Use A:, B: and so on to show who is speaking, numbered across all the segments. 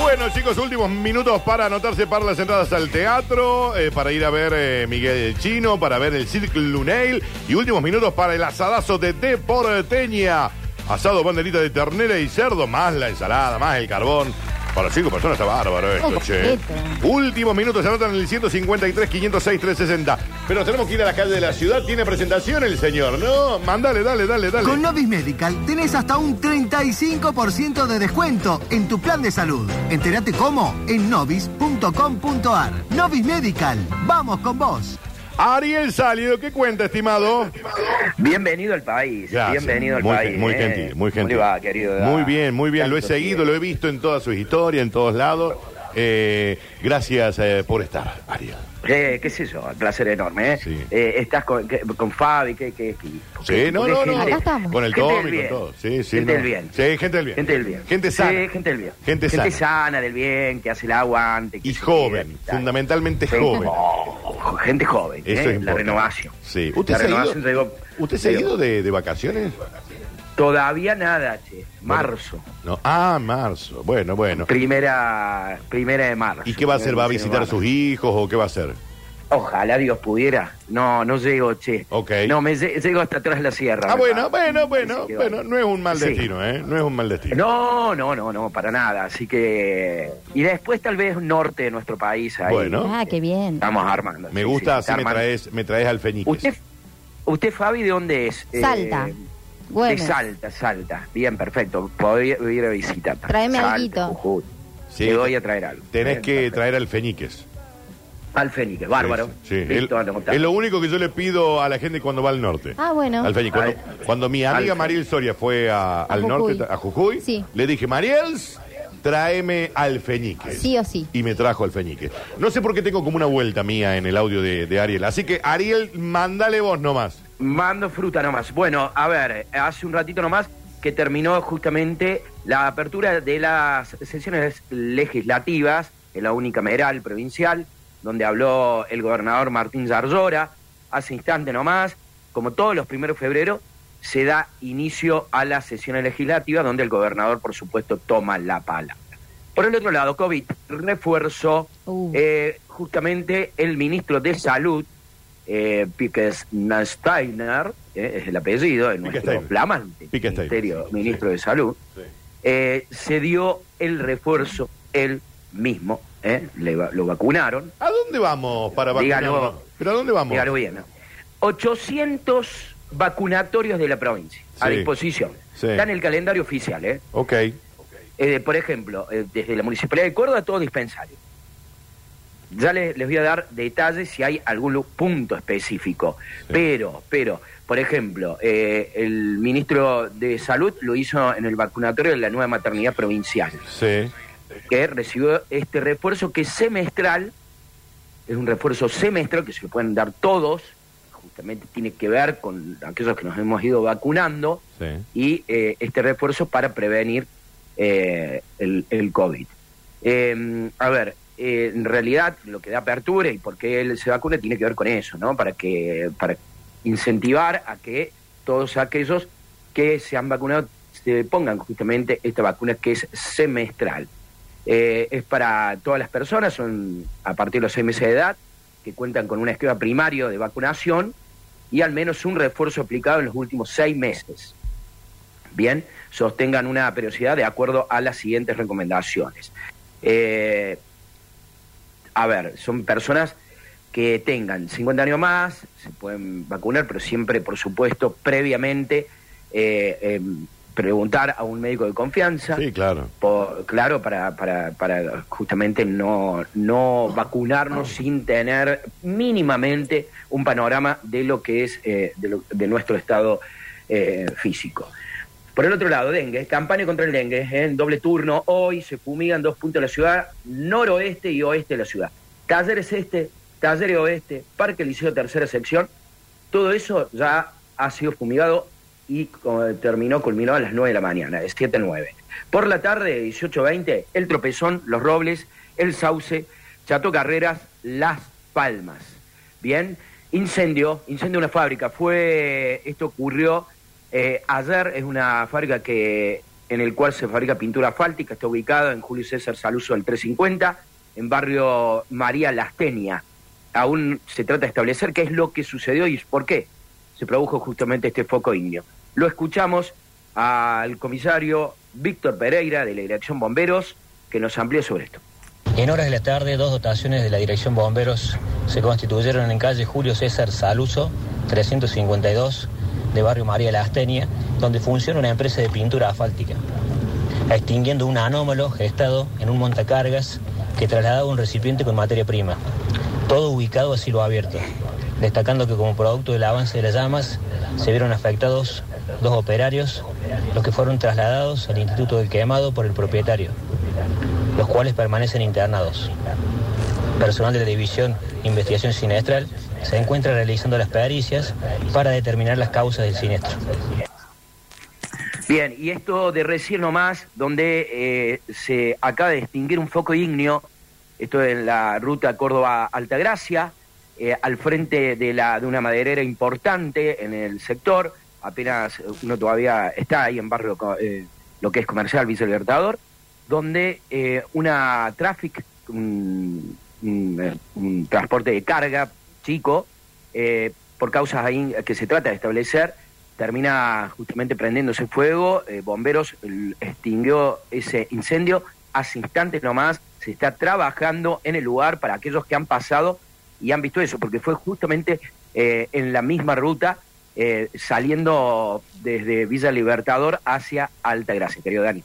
A: Bueno, chicos, últimos minutos para anotarse para las entradas al teatro, eh, para ir a ver eh, Miguel el Chino, para ver el Cirque Luneil y últimos minutos para el asadazo de Deporteña. Asado, banderita de ternera y cerdo, más la ensalada, más el carbón. Para cinco personas está bárbaro esto,
B: Oh,
A: che.
B: completo.
A: Últimos minutos, se anotan en el 153, 506, 360. Pero tenemos que ir a la calle de la ciudad, tiene presentación el señor, ¿no? Mandale, dale, dale, dale.
C: Con Novis Medical tenés hasta un 35% de descuento en tu plan de salud. Entérate cómo en novis.com.ar. Novis Medical, vamos con vos.
A: Ariel Sálido, ¿qué cuenta, estimado?
D: Bienvenido al país.
A: Gracias.
D: Bienvenido al
A: muy,
D: país.
A: Muy
D: eh.
A: gentil, muy
D: ¿Cómo
A: gentil.
D: le va, querido?
A: Muy bien, muy bien. Lo he
D: Tanto
A: seguido, lo he visto en todas sus historias, en todos lados. Eh, gracias eh, por estar, Ariel.
D: Eh, qué sé yo, un placer enorme. ¿eh?
A: Sí.
D: Eh, estás con, que- con Fabi, qué, qué equipo.
A: Sí,
D: qué-
A: no,
D: qué
A: no,
D: gente.
A: no.
B: Acá estamos.
A: Con el
D: Gente del
A: Tommy, con
D: bien.
A: todo. Sí, sí. no.
D: Gente del bien.
A: Sí, gente del bien.
D: Gente del bien.
A: Gente sana.
D: Sí, gente del bien.
A: Gente sana.
D: sana, del bien, que hace el aguante. que
A: Y
D: se
A: joven,
D: cuida, y tal.
A: fundamentalmente
D: Sí.
A: joven.
D: Oh, gente joven.
A: Eso es
D: ¿eh? La
A: importante.
D: renovación.
A: Sí. ¿Usted
D: La
A: se ha ido,
D: renovación llegó-
A: ¿usted se ha ido de, de vacaciones?
D: Todavía nada, che. Marzo.
A: No. Ah, marzo. Bueno, bueno.
D: Primera, primera de marzo.
A: ¿Y qué va a hacer? ¿Va a visitar a sus hijos o qué va a hacer?
D: Ojalá Dios pudiera. No, no llego, che.
A: Ok.
D: No, me lle- llego hasta atrás de la sierra.
A: Ah, bueno,
D: ¿verdad?
A: bueno,
D: Así
A: bueno,
D: que
A: bueno.
D: bueno.
A: No es un mal
D: Sí.
A: destino, ¿eh? No es un mal destino.
D: No, no, no, no, para nada. Así que. Y después, tal vez, norte de nuestro país. Ahí.
A: Bueno.
B: Ah, qué bien.
D: Estamos armando.
A: Me
D: sí,
A: gusta,
D: sí,
A: así
D: está
A: me
D: armando.
A: traes, me traes al Feniques.
D: ¿Usted, usted, Fabi, de dónde es? Eh,
B: Salta.
D: de
B: Güemes.
D: Salta, Salta. Bien, perfecto. Podría ir a visitar.
B: Tráeme
D: Salta,
B: alguito.
D: Jujuy.
A: Sí.
D: Te voy a traer algo.
A: Tenés
D: Bien,
A: que
D: perfecto.
A: traer al Feniques.
D: Al Fénix, bárbaro.
A: Sí, sí.
D: Listo,
A: El-
D: anotado.
A: es lo único que yo le pido a la gente cuando va al norte.
B: Ah, bueno.
A: Al Feniques. Cuando,
D: Al-
A: cuando mi amiga
D: al-
A: Mariel Soria fue a- al
B: Jujuy.
A: norte, a Jujuy,
B: Sí.
A: le dije, Mariel, tráeme al Feniques.
B: Sí o sí.
A: Y me trajo al Feniques. No sé por qué tengo como una vuelta mía en el audio de, de Ariel. Así que, Ariel, mándale vos nomás.
D: Mando fruta nomás. Bueno, a ver, hace un ratito nomás que terminó justamente la apertura de las sesiones legislativas en la unicameral provincial, donde habló el gobernador Martín Zarzora. Hace instante nomás, como todos los primeros de febrero, se da inicio a las sesiones legislativas, donde el gobernador, por supuesto, toma la palabra. Por el otro lado, COVID refuerzo
B: Uh.
D: eh, justamente el ministro de Salud, eh, Piques Nasteiner, eh, es el apellido de nuestro
A: Steiner.
D: flamante
A: Pique Steiner,
D: ministerio-
A: sí,
D: ministro
A: sí.
D: de Salud,
A: Sí.
D: eh, se dio el refuerzo él mismo, eh, le va- lo vacunaron,
A: ¿A dónde vamos para
D: Dígalo.
A: vacunarnos? ¿Pero a dónde vamos?
D: dígalo bien, ¿no? 800 vacunatorios de la provincia a
A: Sí.
D: disposición.
A: Sí.
D: Está en el calendario oficial, ¿eh?
A: Ok.
D: Eh, por ejemplo, eh, desde la Municipalidad de Córdoba, todo dispensario. Ya les, les voy a dar detalles si hay algún lu- punto específico. Pero, pero, por ejemplo, eh, el ministro de Salud lo hizo en el vacunatorio de la nueva maternidad provincial,
A: Sí.
D: que recibió este refuerzo que es semestral, es un refuerzo semestral que se lo pueden dar todos, justamente tiene que ver con aquellos que nos hemos ido vacunando
A: Sí.
D: y eh, este refuerzo para prevenir eh, el, el COVID. Eh, a ver, eh, en realidad lo que da apertura y por qué él se vacuna tiene que ver con eso, ¿no? Para, que, para incentivar a que todos aquellos que se han vacunado se pongan justamente esta vacuna que es semestral. Eh, es para todas las personas, son a partir de los seis meses de edad, que cuentan con un esquema primario de vacunación y al menos un refuerzo aplicado en los últimos seis meses bien, sostengan una periodicidad de acuerdo a las siguientes recomendaciones. Eh, a ver, son personas que tengan 50 años más, se pueden vacunar, pero siempre, por supuesto, previamente eh, em, preguntar a un médico de confianza.
A: Sí, claro.
D: Por- claro, para, para, para justamente no, no vacunarnos sin tener mínimamente un panorama de lo que es eh, de, lo- de nuestro estado eh, físico. Por el otro lado, dengue, campaña contra el dengue, ¿eh? en doble turno, hoy se fumigan dos puntos de la ciudad, noroeste y oeste de la ciudad. Talleres este, talleres oeste, Parque Liceo Tercera Sección, todo eso ya ha sido fumigado y eh, terminó, culminó a las 9 de la mañana, de 7 a 9. Por la tarde, de 18 a 20, El Tropezón, Los Robles, El Sauce, Chato Carreras, Las Palmas. Bien, incendio, incendio de una fábrica. Fue, esto ocurrió eh, ayer, es una fábrica que en el cual se fabrica pintura asfáltica, está ubicado en Julio César Saluso del 350, en barrio María Lastenia. Aún se trata de establecer qué es lo que sucedió y por qué se produjo justamente este foco indio. Lo escuchamos al comisario Víctor Pereira de la Dirección Bomberos, que nos amplió sobre esto.
B: En horas de la tarde, dos dotaciones de la Dirección Bomberos se constituyeron en calle Julio César Saluso, 352, de barrio María La Astenia, donde funciona una empresa de pintura asfáltica, extinguiendo un anómalo gestado en un montacargas que trasladaba un recipiente con materia prima, todo ubicado a cielo abierto, destacando que como producto del avance de las llamas se vieron afectados dos operarios, los que fueron trasladados al Instituto del Quemado por el propietario los cuales permanecen internados. Personal de la División Investigación Sinestral se encuentra realizando las pericias para determinar las causas del siniestro.
D: Bien, y esto de recién nomás, donde eh, se acaba de distinguir un foco ignio, esto en la ruta Córdoba-Altagracia, eh, al frente de, la, de una maderera importante en el sector, apenas uno todavía está ahí en barrio, eh, lo que es comercial, Vice Libertador, donde eh, una traffic, un, un, eh, un, transporte de carga chico, eh, por causas ahí que se trata de establecer, termina justamente prendiéndose fuego, eh, bomberos extinguió ese incendio, hace instantes nomás se está trabajando en el lugar para aquellos que han pasado y han visto eso, porque fue justamente eh, en la misma ruta. eh, saliendo desde Villa Libertador hacia Altagracia, querido Dani.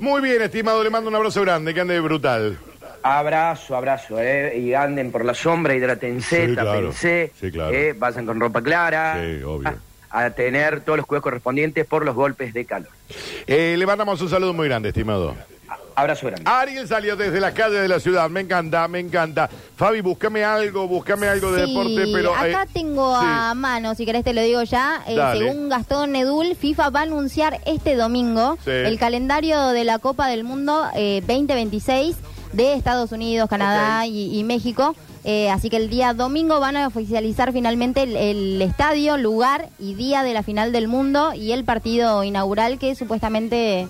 A: Muy bien, estimado, le mando un abrazo grande, que ande brutal.
D: Abrazo, abrazo, eh. Y anden por la sombra, hidratense,
A: Sí, claro.
D: tapense,
A: Sí, claro.
D: eh, vayan con ropa clara.
A: Sí, obvio.
D: A, a tener todos los cuidados correspondientes por los golpes de calor.
A: Eh, le mandamos un saludo muy grande, estimado.
D: A- Abrazo grande.
A: Ariel salió desde las calles de la ciudad, me encanta, me encanta. Fabi, búscame algo, búscame algo de
E: Sí,
A: deporte, pero... eh,
E: acá tengo
A: sí.
E: a mano, si querés te lo digo ya. Eh,
A: Dale.
E: según Gastón Nedul, FIFA va a anunciar este domingo
A: Sí.
E: el calendario de la Copa del Mundo eh, 2026 de Estados Unidos, Canadá
D: Ok.
E: y, y México. Eh, así que el día domingo van a oficializar finalmente el, el estadio, lugar y día de la final del mundo y el partido inaugural que supuestamente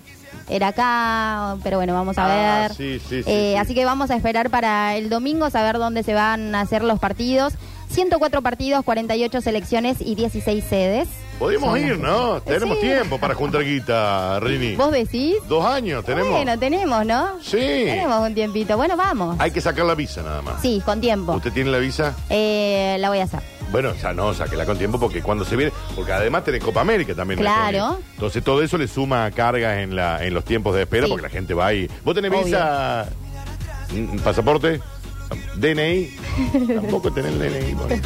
E: era acá, pero bueno, vamos a
A: Ah,
E: ver.
A: sí, sí, sí,
E: Eh,
A: sí.
E: Así que vamos a esperar para el domingo saber dónde se van a hacer los partidos. 104 partidos, 48 selecciones y 16 sedes.
A: Podemos
E: Son
A: ir,
E: las-
A: ¿no?
E: Eh,
A: Tenemos
E: sí.
A: tiempo para juntar guita, Rini.
E: ¿Vos decís?
A: Dos años tenemos.
E: Bueno, tenemos, ¿no?
A: Sí.
E: Tenemos un tiempito. Bueno, vamos.
A: Hay que sacar la visa nada más.
E: Sí, con tiempo.
A: ¿Usted tiene la visa?
E: Eh, la voy a hacer.
A: Bueno, ya no, sáquela con tiempo porque cuando se viene, porque además tenés Copa América también. en
E: Claro.
A: Estados Unidos. Entonces todo eso le suma cargas en la en los tiempos de espera
E: Sí.
A: porque la gente va ahí. ¿Vos tenés
E: Obvio.
A: visa? Mm, ¿Pasaporte? ¿DNI? Tampoco tenés DNI. bueno.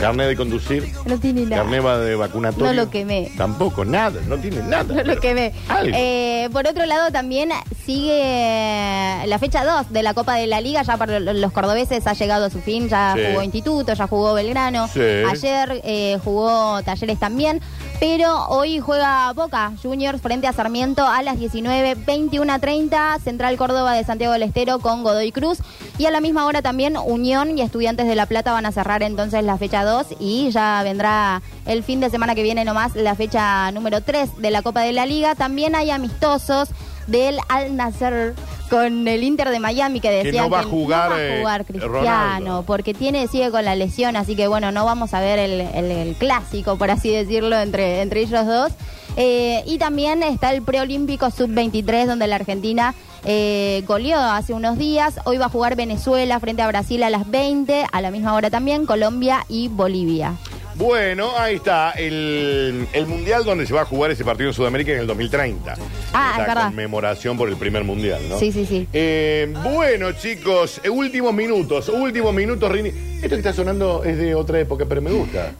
A: ¿Carnet de conducir?
E: No tiene nada.
A: ¿Carnet va de vacunatorio?
E: No lo quemé.
A: Tampoco, nada, no tiene nada.
E: No lo
A: pero
E: quemé.
A: algo.
E: Eh, por otro lado, también sigue la fecha 2 de la Copa de la Liga. Ya para los cordobeses ha llegado a su fin. Ya
A: Sí.
E: jugó Instituto, ya jugó Belgrano.
A: Sí.
E: Ayer eh, jugó Talleres también. Pero hoy juega Boca Juniors frente a Sarmiento a las 19, 21 a 30. Central Córdoba de Santiago del Estero con Godoy Cruz. Y a la misma hora también Unión y Estudiantes de La Plata van a cerrar entonces la fecha 2 y ya vendrá el fin de semana que viene nomás la fecha número 3 de la Copa de la Liga. También hay amistosos del Al Nasser con el Inter de Miami que decían
A: no va a jugar,
E: no va a
A: eh,
E: jugar Cristiano
A: Ronaldo.
E: porque tiene sigue con la lesión, así que bueno, no vamos a ver el, el- el clásico, por así decirlo, entre, entre ellos dos. Eh, y también está el preolímpico sub-23, donde la Argentina eh, goleó hace unos días. Hoy va a jugar Venezuela frente a Brasil a las 20, a la misma hora también Colombia y Bolivia.
A: Bueno, ahí está el, el mundial donde se va a jugar ese partido en Sudamérica en el 2030.
E: Ah,
A: Esa
E: es verdad.
A: conmemoración por el primer mundial, ¿no?
E: Sí, sí, sí.
A: Eh, bueno, chicos, eh, últimos minutos, últimos minutos, Rini. Esto que está sonando es de otra época, pero me gusta.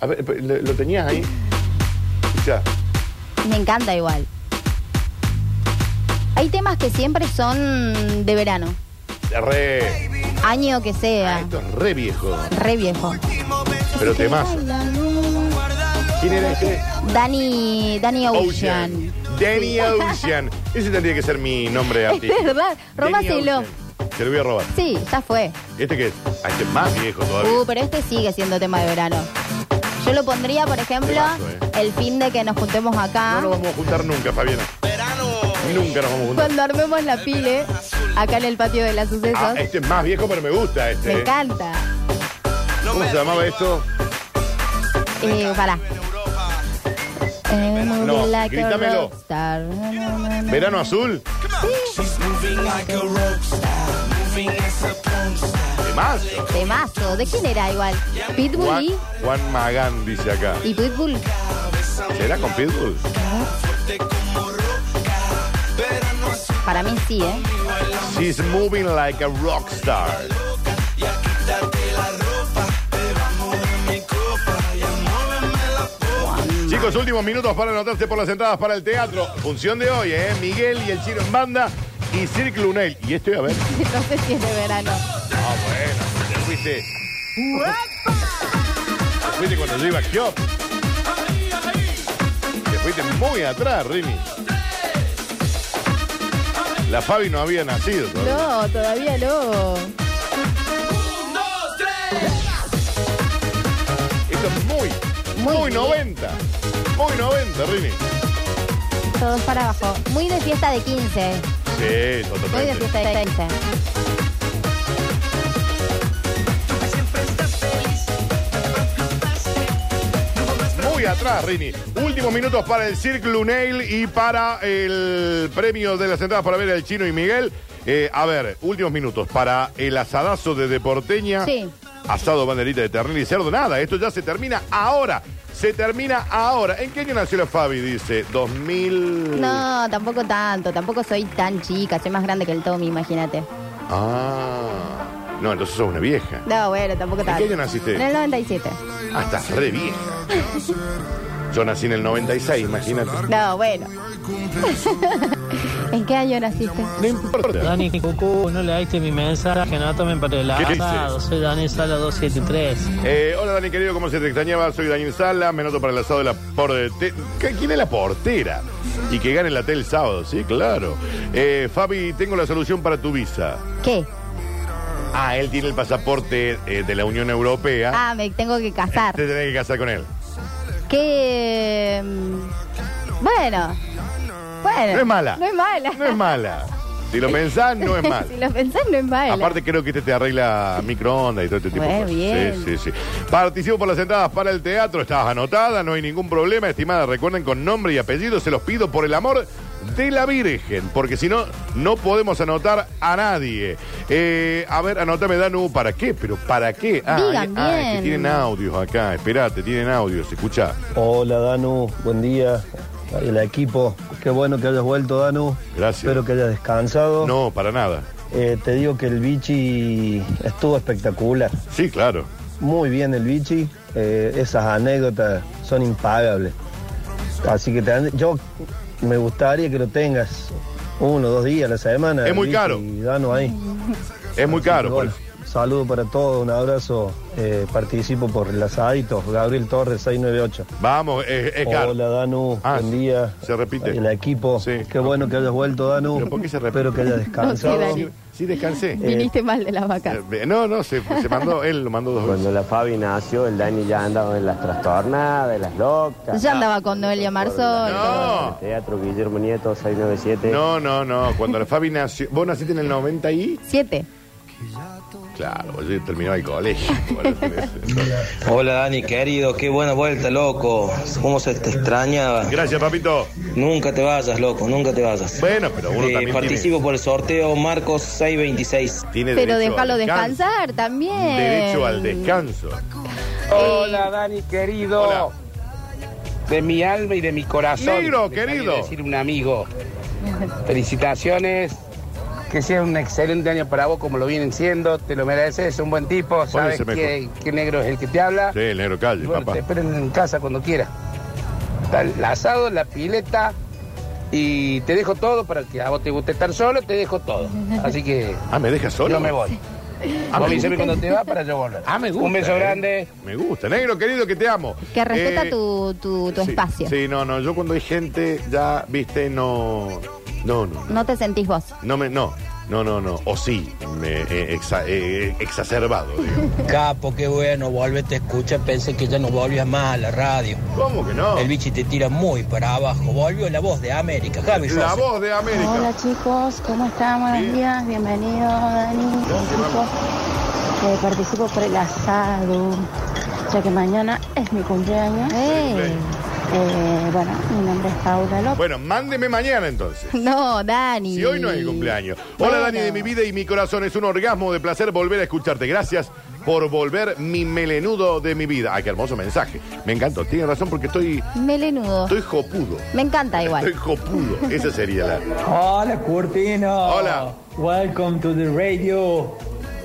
A: A ver, pe- ¿lo lo tenías ahí? Ya.
E: Me encanta igual. Hay temas que siempre son de verano,
A: Re.
E: año que
A: Ah,
E: sea,
A: esto es re viejo.
E: re viejo.
A: Pero temazo. ¿Quién era este?
E: Dani, Dani Ocean.
A: Danny Ocean. Ese tendría que ser mi nombre
E: Este Es
A: artístico.
E: verdad,
A: Danny
E: róbaselo.
A: Ocean. Te lo voy a robar.
E: Sí, ya fue.
A: Este que es Ah, este es más viejo todavía.
E: Uh, pero este sigue siendo tema de verano. Yo lo pondría, por ejemplo,
A: Temazo, eh.
E: el fin de que nos juntemos
A: No
E: acá.
A: nos vamos a juntar nunca, Fabiana.
F: Verano.
A: Nunca nos vamos a juntar.
E: Cuando armemos la pile, acá en el patio de las sucesos,
A: Ah, este es más viejo, pero me gusta este.
E: me encanta.
A: ¿Cómo se llamaba esto?
E: Eh, pará. Eh, movie
A: No,
E: like a
A: grítamelo.
E: rockstar. Na, na, na, na.
A: ¿Verano azul? Más.
E: Temazo. ¿De quién era igual? Pitbull
A: Juan,
E: y,
A: Juan Magán dice acá.
E: y Pitbull.
A: ¿Será con Pitbull?
E: Para mí sí, ¿eh?
A: She's moving like a rockstar. Chicos, últimos minutos para anotarse por las entradas para el teatro. Función de hoy, ¿eh? Miguel y el Chino en banda y Cirque Lunel. Y estoy a ver.
E: No sé si es de verano.
A: Ah, bueno, te fuiste. Te fuiste cuando yo iba a Kiosk. Te fuiste muy atrás, Rini. La Fabi no había nacido todavía.
E: No, todavía no.
A: Esto es muy, muy,
E: Muy bien.
A: 90. Muy 90, Rini.
E: Todos para abajo. Muy de fiesta de
A: Sí,
E: 15. Muy de
A: totalmente.
E: fiesta de 15.
A: Muy atrás, Rini. Últimos minutos para el Cirque Lunail y para el premio de las entradas para ver al Chino y Miguel. Eh, a ver, últimos minutos para el asadazo de Deporteña.
E: Sí.
A: Asado banderita de ternil y cerdo. Nada, esto ya se termina ahora. Se termina ahora. ¿En qué año nació la Fabi? Dice 2000.
E: No, tampoco tanto. Tampoco soy tan chica. Soy más grande que el Tommy, imagínate.
A: Ah. No, entonces sos una vieja.
E: No, bueno, tampoco
A: ¿En
E: tanto.
A: qué año naciste?
E: En el 97.
A: Ah, estás re vieja. Yo nací en el 96, imagínate.
E: No, bueno. ¿En qué año naciste?
A: No importa.
F: Dani Cucu, no leíste mi mensaje, anótame para el
A: ¿Qué dice?
F: asado. Soy Dani Sala 273.
A: Eh, hola Dani querido, ¿cómo se te extrañaba? Soy Daniel Sala, me noto para el asado de la portera. ¿Quién es la portera? Y que gane la tele el sábado, sí, claro. Eh, Fabi, tengo la solución para tu visa.
E: ¿Qué?
A: Ah, él tiene el pasaporte eh, de la Unión Europea.
E: Ah, me tengo que
A: Te
E: casar.
A: tenés que casar con él.
E: ¿Qué? mm, Bueno. Bueno.
A: No es mala.
E: Eh. No es mala.
A: No es mala. Si lo pensás, no es mal.
E: si lo pensás, no es mala.
A: Aparte creo que este te arregla microondas y todo este tipo de
E: Muy
A: cosas.
E: bien.
A: Sí, sí, sí. Participo por las entradas para el teatro, estás anotada, no hay ningún problema, estimada. Recuerden con nombre y apellido, se los pido por el amor de la Virgen, porque si no, no podemos anotar a nadie. Eh, a ver, anotame Danu, ¿para qué? ¿Pero para qué?
E: Digan
A: ah, es que
E: bien.
A: tienen audios acá, esperate, tienen audios, escucha.
G: Hola Danu, buen día. El equipo, qué bueno que hayas vuelto Danu.
A: Gracias.
G: Espero que hayas descansado.
A: No, para nada.
G: Eh, te digo que el bichi estuvo espectacular.
A: Sí, claro.
G: Muy bien el bichi. Eh, esas anécdotas son impagables. Así que te han- yo me gustaría que lo tengas uno o dos días a la semana.
A: Es
G: el
A: muy
G: Bichi
A: caro.
G: Y Danu ahí.
A: Es
G: Ah,
A: muy caro. pues. por
G: Bueno,
A: eso.
G: saludo para todos, un abrazo. Eh, participo por el asadito. Gabriel Torres 698.
A: Vamos, eh, es, es caro.
G: Hola Danu,
A: Ah,
G: buen día.
A: se repite.
G: El equipo,
A: Sí.
G: qué bueno que hayas vuelto Danu.
A: ¿Pero por qué se repite?
G: Espero que hayas descansado.
E: Dani.
A: Sí, sí, descansé.
E: Viniste mal de la vaca.
A: Eh, No, no, se, se mandó, él lo mandó dos veces.
H: Cuando la Fabi nació, el Dani ya andaba en las trastornadas, en las
A: eh,
H: locas.
E: Ya
A: ah,
E: andaba con Noelia Marzón.
A: No.
H: Teatro Guillermo Nieto, 697.
A: No, no, no. Cuando la Fabi nació. Vos naciste en el 90 y.
E: Siete.
A: Claro, vos ya terminaba el colegio.
I: Hola Dani, querido, qué buena vuelta, loco. ¿Cómo se te extrañaba?
A: Gracias, papito.
I: Nunca te vayas, loco, nunca te vayas.
A: Bueno, pero uno
I: Eh,
A: también
I: participo por el sorteo Marcos 626.
A: tiene, tiene
E: Pero
A: derecho
E: déjalo
A: al descanso.
E: descansar también. Eh,
A: Derecho al descanso.
J: Hola, Dani, querido.
A: oh. Hola.
J: De mi alma y de mi corazón.
A: Negro,
J: Le
A: querido.
J: quería decir un amigo. Felicitaciones. Que sea un excelente año para vos, como lo vienen siendo. Te lo mereces, es un buen tipo. Sabes
A: ese mejor.
J: que, que negro es el que te habla.
A: Sí, el negro calle,
J: Y bueno,
A: papá.
J: te esperen en casa cuando quieras. Está el asado, la pileta. Y te dejo todo para que a vos te guste estar solo, te dejo todo. Así que
A: Ah, ¿me dejas solo?
J: no me voy.
A: Ah, me
J: Avísame
A: gusta.
J: cuando te vas para yo volver.
A: Ah, me gusta.
J: Un beso
A: eh.
J: grande.
A: Me gusta. Negro, querido, que te amo.
E: Que respeta
A: Eh,
E: tu, tu, tu
A: sí,
E: espacio.
A: Sí, no, no. Yo cuando hay gente, ya, viste, no. No, no.
E: No te sentís vos.
A: No me, no. No, no, no. O sí, me- eh, exa- eh, exacerbado, digo.
K: Capo, qué bueno, volvete a escuchar. Pensé que ya no volvías más a la radio.
A: ¿Cómo que no?
K: El bichi te tira muy para abajo. Volvió la voz de América, Javi.
A: La
K: Sosa.
A: voz de América.
L: Hola chicos, ¿cómo están? Buenos días, bienvenidos Dani, equipo. Eh, participo por el asado, ya que mañana es mi cumpleaños. Eh, bueno, mi nombre es Paula López.
A: Bueno, mándeme mañana entonces.
E: No, Dani.
A: Si hoy no es mi cumpleaños. Hola
E: Bueno.
A: Dani de mi vida y mi corazón. Es un orgasmo de placer volver a escucharte. Gracias por volver mi melenudo de mi vida. Ay, qué hermoso mensaje. Me encantó. Tiene razón porque estoy,
E: Melenudo.
A: estoy jopudo.
E: Me encanta
A: Estoy
E: igual.
A: jopudo. Esa sería la.
M: Hola, Curtino.
A: Hola.
M: Welcome to the radio.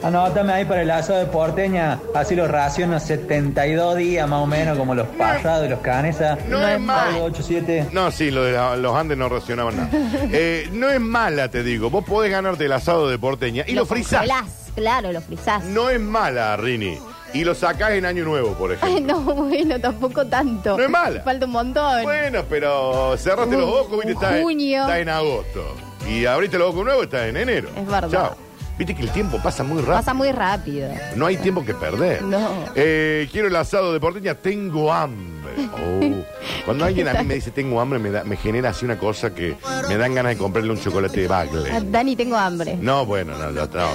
M: Anótame ahí para el lazo de porteña. Así los raciono 72 días más o menos, como los pasados y los canesas.
A: No es mal.
M: 87.
A: No, sí, lo de la- los Andes no racionaban nada. Eh, no es mala, te digo. Vos podés ganarte el asado de porteña y lo, frizás.
E: congelás, Claro, lo frizás.
A: No es mala, Rini. Y lo sacás en Año Nuevo, por ejemplo.
E: Ay, no, bueno, tampoco tanto.
A: No es mala.
E: Falta un montón.
A: Bueno, pero cerraste los ojos, viste, está en,
E: junio.
A: está en agosto. Y abriste los ojos nuevos, está en enero.
E: Es verdad.
A: Chao. Viste que el tiempo pasa muy rápido.
E: Pasa muy rápido.
A: No hay tiempo que perder.
E: No.
A: Eh, quiero el asado de porteña, tengo hambre. Oh. Cuando alguien a mí me dice tengo hambre, me, da- me genera así una cosa que me dan ganas de comprarle un chocolate de
E: Ah,
A: bagle.
E: Dani, tengo hambre.
A: No, bueno, no, no, no.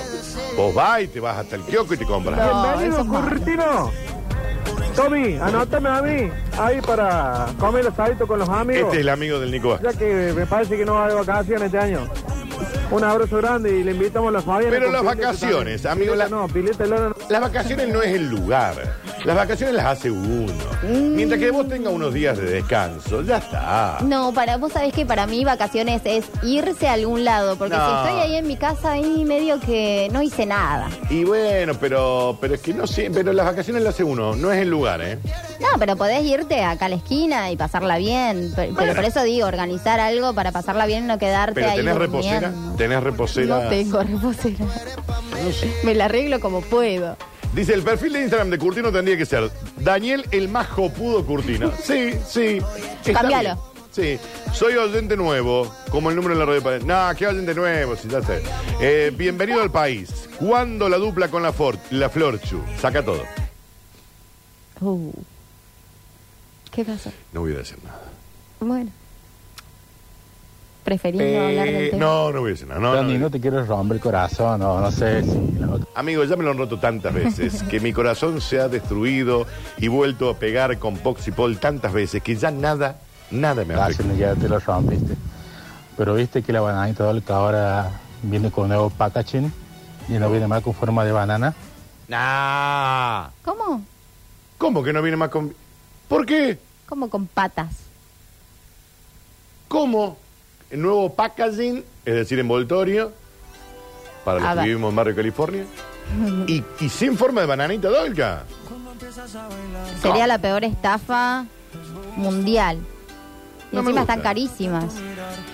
A: Vos vas y te vas hasta el kiosco y te compras.
E: eso es malo.
N: Curtino. Tommy, anótame a mí, ahí para comer el asadito con los amigos.
A: Este es el amigo del Nico Vázquez.
N: Ya que me parece que no va de vacaciones este año. Un abrazo grande y le invitamos a la Fabiana.
A: Pero
N: con
A: las
N: pileta
A: vacaciones,
N: también.
A: amigo,
N: Pileta no,
A: la-
N: pileta y lona no.
A: Las vacaciones no es el lugar. Las vacaciones las hace uno. Mientras que vos tengas unos días de descanso, ya está.
E: No, para vos sabés que para mí vacaciones es irse a algún lado, porque
A: No.
E: si estoy ahí en mi casa ahí medio que no hice nada.
A: Y bueno, pero, pero es que no sé, pero las vacaciones las hace uno, no es el lugar, ¿eh?
E: No, pero podés irte acá a la esquina y pasarla bien. Pero, pero por eso digo, organizar algo para pasarla bien y no quedarte
A: Pero
E: ahí.
A: tenés
E: durmiendo.
A: reposera, tenés reposera.
E: No tengo reposera. Me la arreglo como puedo.
A: Dice, el perfil de Instagram de Curtino tendría que ser Daniel el más jopudo Curtino. Sí, sí. está
E: Cambialo.
A: bien. Sí, soy oyente nuevo, como el número de la radio. para- No, qué oyente nuevo, si ya sé. Eh, bienvenido al país. ¿Cuándo la dupla con la, Fort, la Florchu? Saca todo.
E: Uh. ¿Qué pasó?
A: No voy a decir nada.
E: Bueno. Preferís no hablar del tema.
A: Eh, no, no voy a decir nada. No,
O: Dani, no, te quieres romper el corazón, no, no sé. si la-
A: Amigo, ya me lo han roto tantas veces que mi corazón se ha destruido y vuelto a pegar con Poxipol tantas veces que ya nada, nada me afecta.
O: Gracias, ya te lo rompiste. Pero viste que la bananita Dolca ahora viene con nuevo packaging y no viene más con forma de banana.
A: Nah.
E: ¿Cómo?
A: ¿Cómo que no viene más con... ¿Por qué?
E: Como con patas.
A: ¿Cómo? El nuevo packaging, es decir, envoltorio, para los
E: A
A: que
E: ver.
A: vivimos en Barrio California. Y, y sin forma de bananita dolca.
E: Sería la peor estafa mundial. Y
A: No me
E: encima
A: gusta.
E: están carísimas.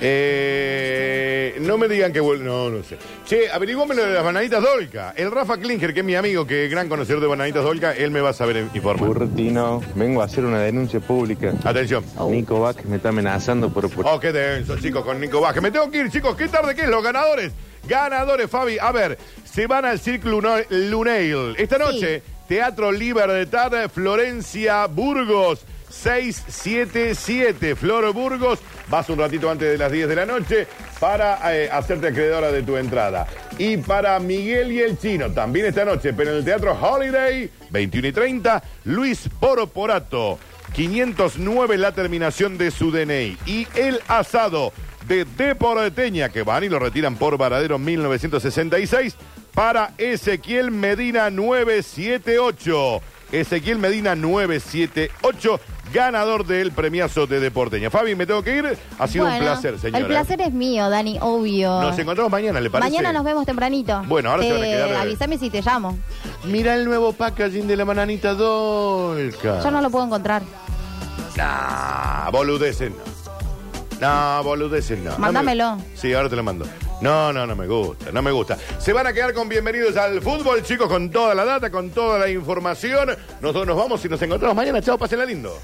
A: Eh, no me digan que vuelve. No, no sé. Che, averiguame lo de las bananitas Dolca. El Rafa Klinger, que es mi amigo, que es gran conocedor de bananitas Dolca, él me va a saber informar.
P: Curtino, vengo a hacer una denuncia pública.
A: Atención.
P: Nico Vázquez me está amenazando por... por-
A: Oh, qué denso, chicos, con Nico Vázquez. Me tengo que ir, chicos. Qué tarde que es, los ganadores. Ganadores, Fabi. A ver, se van al Cirque Luno- Lunail. Esta noche, Teatro Libertad, Florencia Burgos. 677 Flor Burgos, vas un ratito antes de las 10 de la noche para eh, hacerte acreedora de tu entrada. Y para Miguel y el Chino, también esta noche, pero en el Teatro Holiday, 21 y 30, Luis Poroporato. 509 la terminación de su DNI. Y el asado de Deporteña, que van y lo retiran por Varadero 1966, para Ezequiel Medina 978. Ezequiel Medina 978, ganador del premiazo de Deporteña. Fabi, me tengo que ir. Ha sido un
E: Bueno,
A: placer, señora.
E: El placer es mío, Dani, obvio.
A: Nos encontramos mañana, ¿le parece?
E: Mañana nos vemos tempranito.
A: Bueno, ahora se van a
E: Te-
A: quedar- eh,
E: Avísame si te llamo.
A: Mira el nuevo packaging de la bananita Dolca.
E: Yo no lo puedo encontrar.
A: Nah, boludeces no. No, boludeces no. No me-
E: Mándamelo.
A: Sí, ahora te lo mando. No, no, no me gusta, no me gusta. Se van a quedar con bienvenidos al fútbol, chicos, con toda la data, con toda la información. Nosotros nos vamos y nos encontramos mañana. Chao, pásenla lindo.